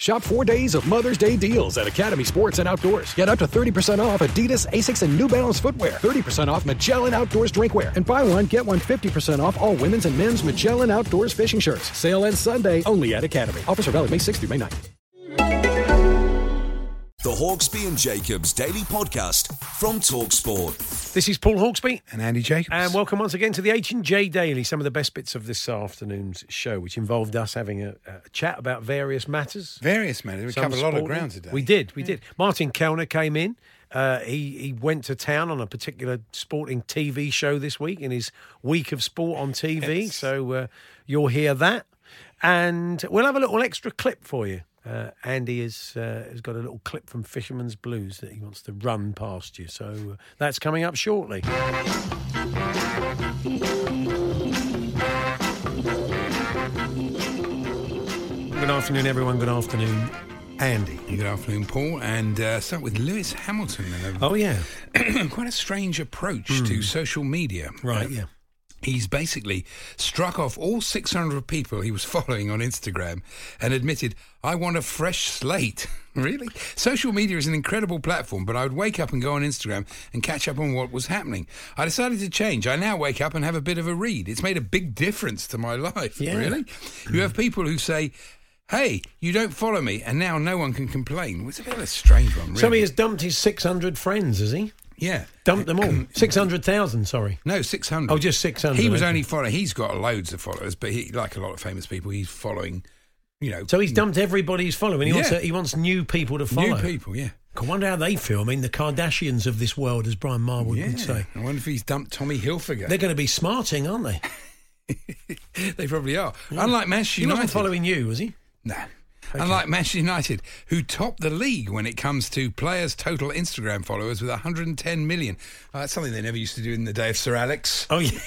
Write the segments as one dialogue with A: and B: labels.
A: Shop four days of Mother's Day deals at Academy Sports and Outdoors. Get up to 30% off Adidas, ASICS, and New Balance footwear. 30% off Magellan Outdoors drinkware. And buy one, get one 50% off all women's and men's Magellan Outdoors fishing shirts. Sale ends Sunday only at Academy. Offers are valid May 6th through May 9th.
B: The Hawksby and Jacobs Daily Podcast from Talksport.
C: This is Paul Hawksby,
D: and Andy Jacobs.
C: and welcome once again to the H and J Daily. Some of the best bits of this afternoon's show, which involved us having a, a chat about various matters.
D: Various matters. We
C: Some
D: covered a lot of
C: sporting.
D: ground today.
C: We did, we did. Martin Kellner came in. Uh, he he went to town on a particular sporting TV show this week in his week of sport on TV. So uh, you'll hear that, and we'll have a little extra clip for you. Uh, Andy has uh, has got a little clip from Fisherman's Blues that he wants to run past you. So uh, that's coming up shortly. Good afternoon, everyone. Good afternoon, Andy.
D: Good afternoon, Paul. And uh, start with Lewis Hamilton. and a-
C: Oh yeah,
D: Quite a strange approach to social media. Uh,
C: right. Yeah,
D: He's basically struck off all 600 people he was following on Instagram and admitted, I want a fresh slate. really? Social media is an incredible platform, but I would wake up and go on Instagram and catch up on what was happening. I decided to change. I now wake up and have a bit of a read. It's made a big difference to my life.
C: Yeah.
D: Really? You have people who say, Hey, you don't follow me, and now no one can complain. Well, It's a bit of a strange one, really.
C: So he has dumped his six hundred friends, has he?
D: yeah.
C: Dumped them all. six hundred thousand. Sorry.
D: No, six hundred.
C: Oh, just 600,
D: He was
C: okay.
D: only following. He's got loads of followers, but he, like a lot of famous people, he's following. You know,
C: So he's dumped everybody he's following. He wants
D: Yeah.
C: to, he wants new people to
D: new
C: follow.
D: people. Yeah,
C: I wonder how they feel. I mean, the Kardashians of this world, as Brian Marwood
D: yeah.
C: would say,
D: I wonder if he's dumped Tommy Hilfiger.
C: they're going to be smarting, aren't they?
D: They, probably are. Unlike Manchester
C: He wasn't
D: United,
C: following you, was he?
D: no. Unlike Manchester United, who topped the league when it comes to players' total Instagram followers with 110 million. Uh, that's something they never used to do in the day of Sir Alex.
C: Oh yeah,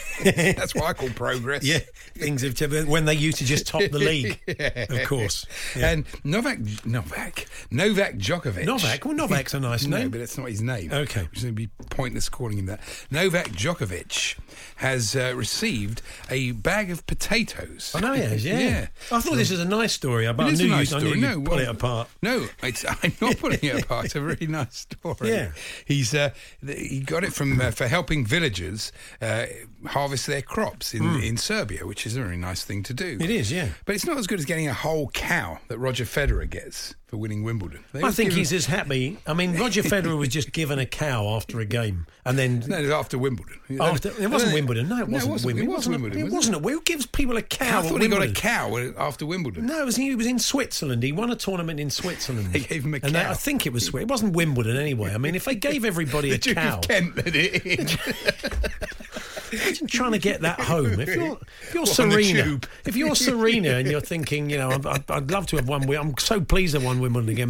D: That's what I call progress.
C: yeah. Things have changed. when they used to just top the league, of course. Yeah.
D: And Novak, Novak, Novak Djokovic.
C: Novak. Well, Novak's a nice
D: No,
C: name.
D: but that's not his name.
C: Okay.
D: It's going to be pointless calling him that. Novak Djokovic has uh, received a bag of potatoes.
C: I know Oh, he has, yeah. I thought this was a nice story, but I
D: It is
C: knew,
D: a nice
C: you,
D: story.
C: I knew you'd
D: No,
C: pull
D: well-
C: it apart.
D: No, it's, I'm not putting it apart. It's a really nice story.
C: Yeah.
D: he's uh, th- he got it from uh, for helping villagers uh, harvest their crops in, in Serbia, which is a really nice thing to do.
C: Hmm. It is, yeah.
D: But it's not as good as getting a whole cow that Roger Federer gets for winning Wimbledon. They
C: I
D: always
C: think
D: give him-
C: he's as happy. I mean, Roger Federer was just given a cow after a game, and then
D: No, it was after Wimbledon. Uh,
C: after it wasn't
D: No,
C: Wimbledon. No, it wasn't,
D: It
C: Wimbledon.
D: was Wimbledon.
C: It
D: wasn't
C: wasn't. Who gives people a
D: I
C: cow?
D: thought
C: at
D: he got a
C: Wimbledon?
D: cow after Wimbledon.
C: No, it was, he was in Switzerland. He won a tournament in Switzerland.
D: They gave him a
C: And they-
D: cow.
C: I think it was Swiss. It wasn't Wimbledon anyway. I mean, if they gave everybody
D: the
C: a
D: Duke
C: cow,
D: of Kent let it in.
C: imagine trying to get that home. If you're, if you're
D: What, on the
C: Serena,
D: tube?
C: if you're Serena, and you're thinking, you know, I'd, I'd- I'd love to have won. Wim- I'm so pleased I won Wimbledon again, but